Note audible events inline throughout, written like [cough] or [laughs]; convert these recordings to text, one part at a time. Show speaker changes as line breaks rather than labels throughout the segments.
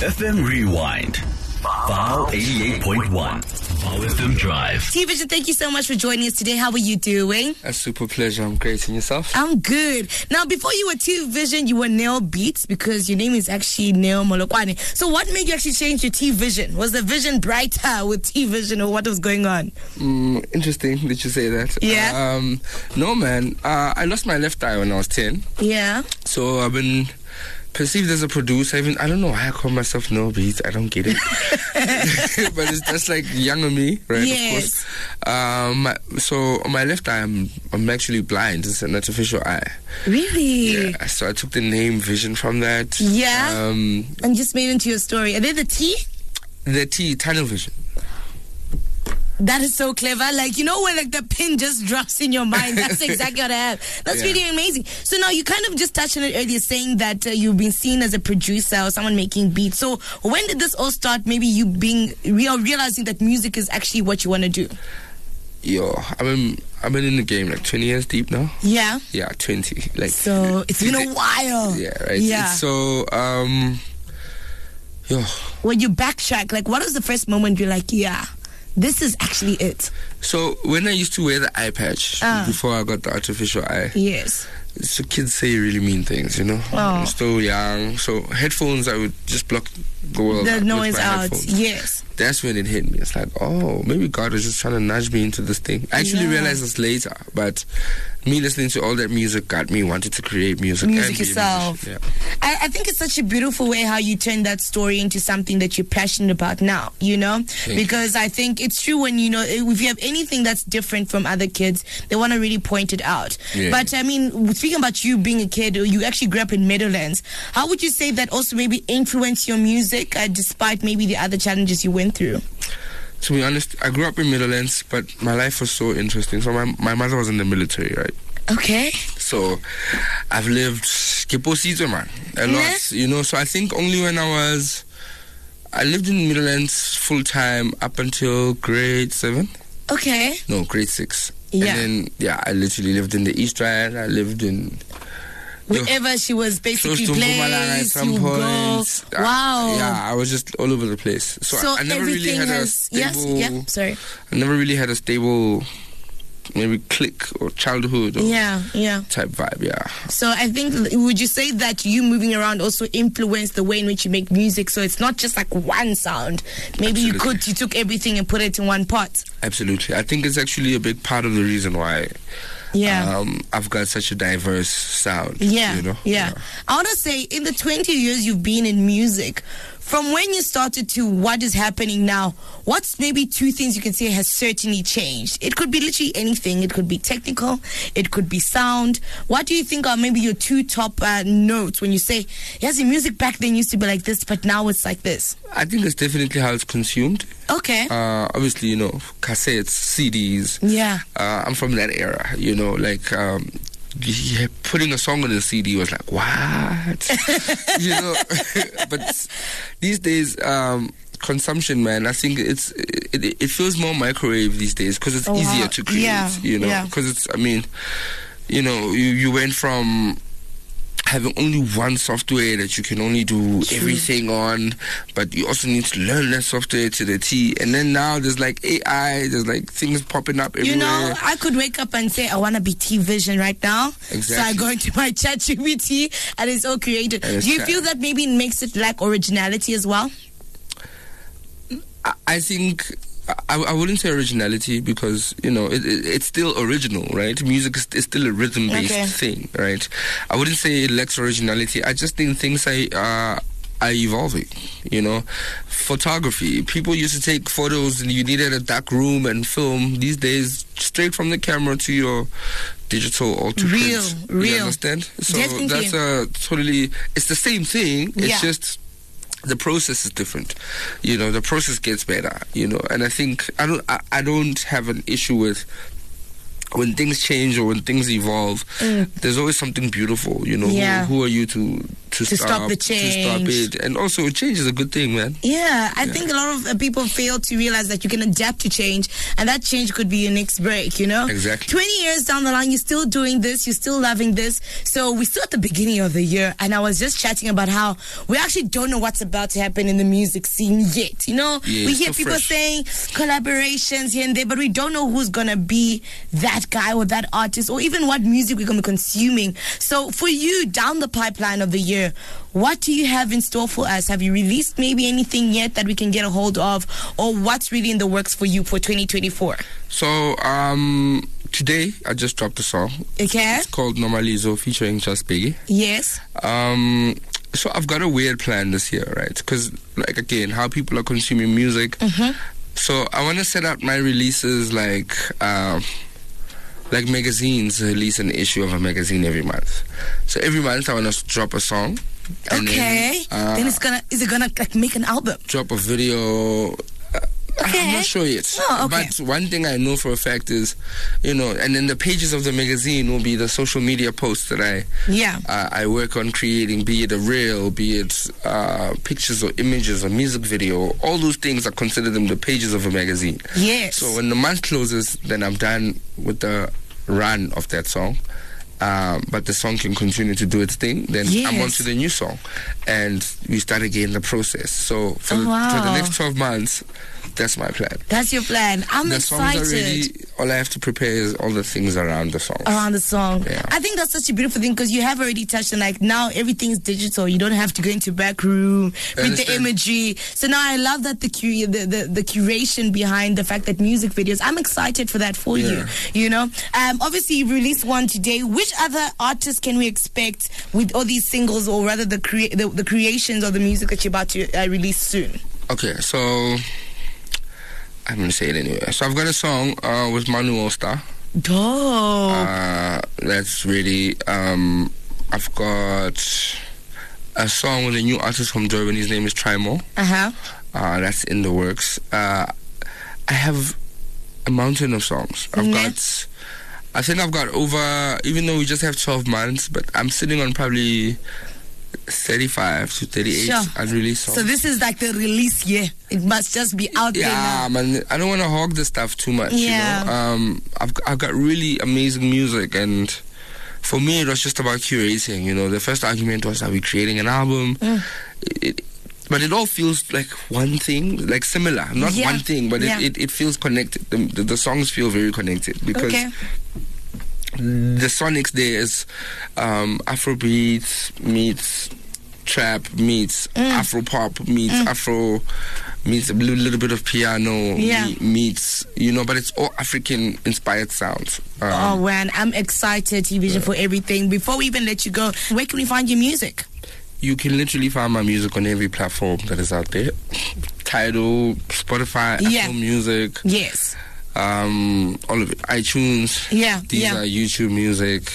FM Rewind. Vow 88.1. Vow FM Drive.
T Vision, thank you so much for joining us today. How are you doing?
A super pleasure. I'm great. And yourself?
I'm good. Now, before you were T Vision, you were Nail Beats because your name is actually Nail Molokwane. So, what made you actually change your T Vision? Was the vision brighter with T Vision, or what was going on?
Mm, interesting that you say that.
Yeah.
Um, no, man. Uh, I lost my left eye when I was 10.
Yeah.
So I've been perceived as a producer. Even I don't know why I call myself no beats. I don't get
[laughs]
it. [laughs] but it's just like younger me, right?
Yes.
Of course. Um, my- so on my left eye, I'm, I'm actually blind. It's an artificial eye.
Really?
Yeah. So I took the name Vision from that.
Yeah.
Um,
And just made into your story. And then the T?
the T, tunnel vision.
That is so clever. Like, you know, when like the pin just drops in your mind, that's exactly what I have. That's
Yeah.
really amazing. So now you kind of just touched on it earlier saying that uh, you've been seen as a producer or someone making beats. So when did this all start? Maybe you being real, realizing that music is actually what you want to do.
Yo, I've been, I've been in the game like 20 years deep now.
Yeah.
Yeah, 20. Like
So it's been a while.
Yeah, right.
Yeah.
So, um, yo,
when you backtrack, like what was the first moment you're like, yeah, this is actually it?
so when I used to wear the eye patch
Ah.
before I got the artificial eye,
Yes.
so kids say really mean things, you know.
Oh.
I'm still young, so headphones I would just block the world. out
the
with
noise
my
out.
headphones.
Yes.
That's when it hit me. It's like, oh, maybe God is just trying to nudge me into this thing. I actually
Yeah.
realized this later, but me listening to all that music got me wanted to create music. and
Music
be a
yourself.
musician. Yeah.
I, I think it's such a beautiful way how you turn that story into something that you're passionate about now, you know?
you.
because I think it's true when, you know, if you have anything that's different from other kids, they want to really point it out.
Yeah.
But I mean, speaking about you being a kid, you actually grew up in Meadowlands. How would you say that also maybe influenced your music uh, despite maybe the other challenges you went through?
To be honest, I grew up in Middlelands, but my life was so interesting. So my my mother was in the military, right?
Okay.
So I've lived Kiposito, man, a lot, you know. So I think only when I was, I lived in Middlelands full time up until grade seven,
Okay.
no, grade six.
Yeah.
And then yeah, I literally lived in the East Rand. I lived in Yo.
Wherever she was basically
close to Mpumalanga at
placed,
some
you
point.
go.
Uh,
Wow.
Yeah, I was just all over the place. So, I-
So
I never really
everything
had a
has yes,
stable.
yeah. Sorry,
I never really had a stable, maybe click or childhood or
yeah, yeah.
type vibe. Yeah,
So I think would you say that you moving around also influenced the way in which you make music? So it's not just like one sound. Maybe you
Absolutely.
could you took everything and put it in one pot.
absolutely. I think it's actually a big part of the reason why
Yeah.
um, I've got such a diverse sound.
Yeah,
you know?
yeah. I want to say, in the 20 years you've been in music, from when you started to what is happening now, what's maybe two things you can say has certainly changed? It could be literally anything. It could be technical. It could be sound. What do you think are maybe your two top uh, notes when you say, yes, the music back then used to be like this, but now it's like this?
I think it's definitely how it's consumed.
Okay.
Uh, obviously, you know, cassettes, CDs.
yeah.
Uh, I'm from that era, you know, like. Um, yeah, putting a song on a CD was like what, [laughs] you know. [laughs] but these days, um, consumption, man, I think it's it, it- it feels more microwave these days because it's
Oh, wow.
easier to create,
Yeah,
you know.
yeah.
Because it's, I mean, you know, you you went from having only one software that you can only do everything on, but you also need to learn that software to the T. And then now there's like AI, there's like things popping up everywhere.
You know, I could wake up and say I want to be T Vision right now. So I
Exactly.
go into my [laughs] chat GPT and it's all created.
And it's
Do you
chat.
feel that maybe it makes it lack originality as well?
I, I think. I, I wouldn't say originality because you know it, it, it's still original, right? Music is, is still a rhythm-based
Okay.
thing, right? I wouldn't say it lacks originality. I just think things are uh, are evolving. You know, photography. People used to take photos and you needed a dark room and film. These days, straight from the camera to your digital or to
Real,
print.
real.
You understand? So
Definitely.
that's a totally. It's the same thing. It's
Yeah.
just the process is different you know the process gets better you know and i think i don't i, I don't have an issue with when things change or when things evolve there's always something beautiful you know
Mm. Yeah.
who, who are you to to,
To stop the
To stop
change.
it. And also, change is a good thing, man.
Yeah, I think a lot of uh, people fail to realize that you can adapt to change, and that change could be your next break, you know?
Exactly.
20 years down the line, you're still doing this, you're still loving this. So, we're still at the beginning of the year, and I was just chatting about how we actually don't know what's about to happen in the music scene yet. You know,
Yeah,
we
it's
hear
still
people
fresh.
saying collaborations here and there, but we don't know who's gonna be that guy or that artist, or even what music we're gonna be consuming. So, for you, down the pipeline of the year, what do you have in store for us? Have you released maybe anything yet that we can get a hold of, or what's really in the works for you for 2024?
So, um, today I just dropped a song.
Okay.
It's called Normalizo featuring Just Biggie.
Yes.
Um, so I've got a weird plan this year, right? Because, like, again, how people are consuming music.
Mm-hmm.
So I want to set up my releases like, um, like magazines release an issue of a magazine every month. So every month I want to drop a song. and
okay. Then,
uh,
it's gonna is it gonna like make an album?
drop a video. Uh,
Okay.
I'm not sure yet.
Oh, okay.
But one thing I know for a fact is, you know, and then the pages of the magazine will be the social media posts that I
Yeah.
uh, I work on creating, be it a reel, be it uh, pictures or images or music video. All those things I consider them the pages of a magazine.
Yes.
So when the month closes, then I'm done with the run of that song. Um, but the song can continue to do its thing. Then I'm
Yes.
on to the new song, and we start again the process. So for,
Oh,
the, for the
wow.
next 12 months, that's my plan.
That's your plan. I'm
the
excited.
songs are ready. All I have to prepare is all the things around the song.
around the song.
Yeah.
I think that's such a beautiful thing because you have already touched on like now everything is digital. You don't have to go into back room, read the
understand.
imagery. So now I love that the, cu- the the the curation behind the fact that music videos. I'm excited for that for
Yeah.
you. You know, um, obviously you released one today. Which other artists can we expect with all these singles, or rather the crea- the, the creations of the music that you're about to uh, release soon?
Okay, so I'm gonna say it anyway. So I've got a song uh, with Manuel Star.
Dope.
Uh, that's really. Um, I've got a song with a new artist from Durban. His name is Trimo.
Uh huh.
Uh, that's in the works. Uh, I have a mountain of songs. I've
Mhm.
got. I think I've got over. Even though we just have 12 months, but I'm sitting on probably 35 to 38
Sure.
unreleased songs.
So this is like the release year. It must just be out there now.
Yeah, man. I don't want to hog the stuff too much.
Yeah.
You know? Um, I've I've got really amazing music, and for me, it was just about curating. You know, the first argument was, are we creating an album?
Mm.
It, but it all feels like one thing, like similar. Not
Yeah.
one thing, but
Yeah.
it, it, it feels connected. The, the, the songs feel very connected because
Okay.
the sonics there is um, Afrobeat meets trap meets
Mm.
Afro pop meets Afro meets a little, little bit of piano
Yeah.
me- meets you know, but it's all African inspired sounds. Um,
Oh man, I'm excited, T Vision, for everything. Before we even let you go, where can we find your music?
You can literally find my music on every platform that is out there. Tidal, Spotify,
Yeah.
Apple Music,
Yes.
um, all of it. iTunes,
Yeah,
these
yeah.
are YouTube Music,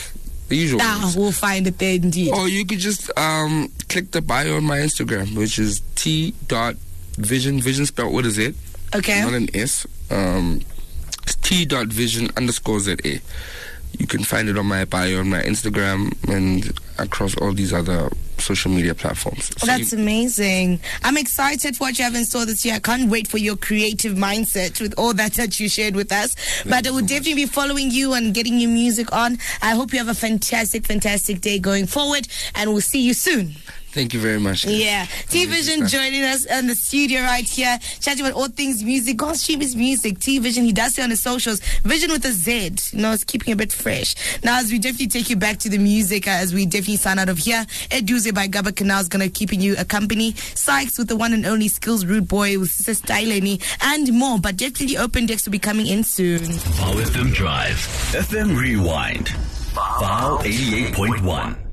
the usual.
Ah,
ones.
we'll find it there indeed.
Or you could just um, click the bio on my Instagram, which is t dot vision vision spelled what is it? Not
Okay.
an S. Um, it's t dot vision underscore za. You can find it on my bio on my Instagram and across all these other social media platforms. So
That's amazing. I'm excited for what you have in store this year. I can't wait for your creative mindset with all that that you shared with us. But I will definitely be following you and getting your music on. I hope you have a fantastic, fantastic day going forward, and we'll see you soon.
you- thank you very much.
Yeah. T Vision
Thank you.
joining us in the studio right here, chatting about all things music. Go stream his music. T Vision, he does it on the socials. Vision with a Z. You know, it's keeping a bit fresh. Now, as we definitely take you back to the music, uh, as we definitely sign out of here, Ed Duze by Gaba Canal is going to keeping you a company. Sykes with the one and only Skills Rude Boy with Sister Styleni and more. But definitely Open Decks will be coming in soon.
Vow FM Drive. FM Rewind. Vow 88.1.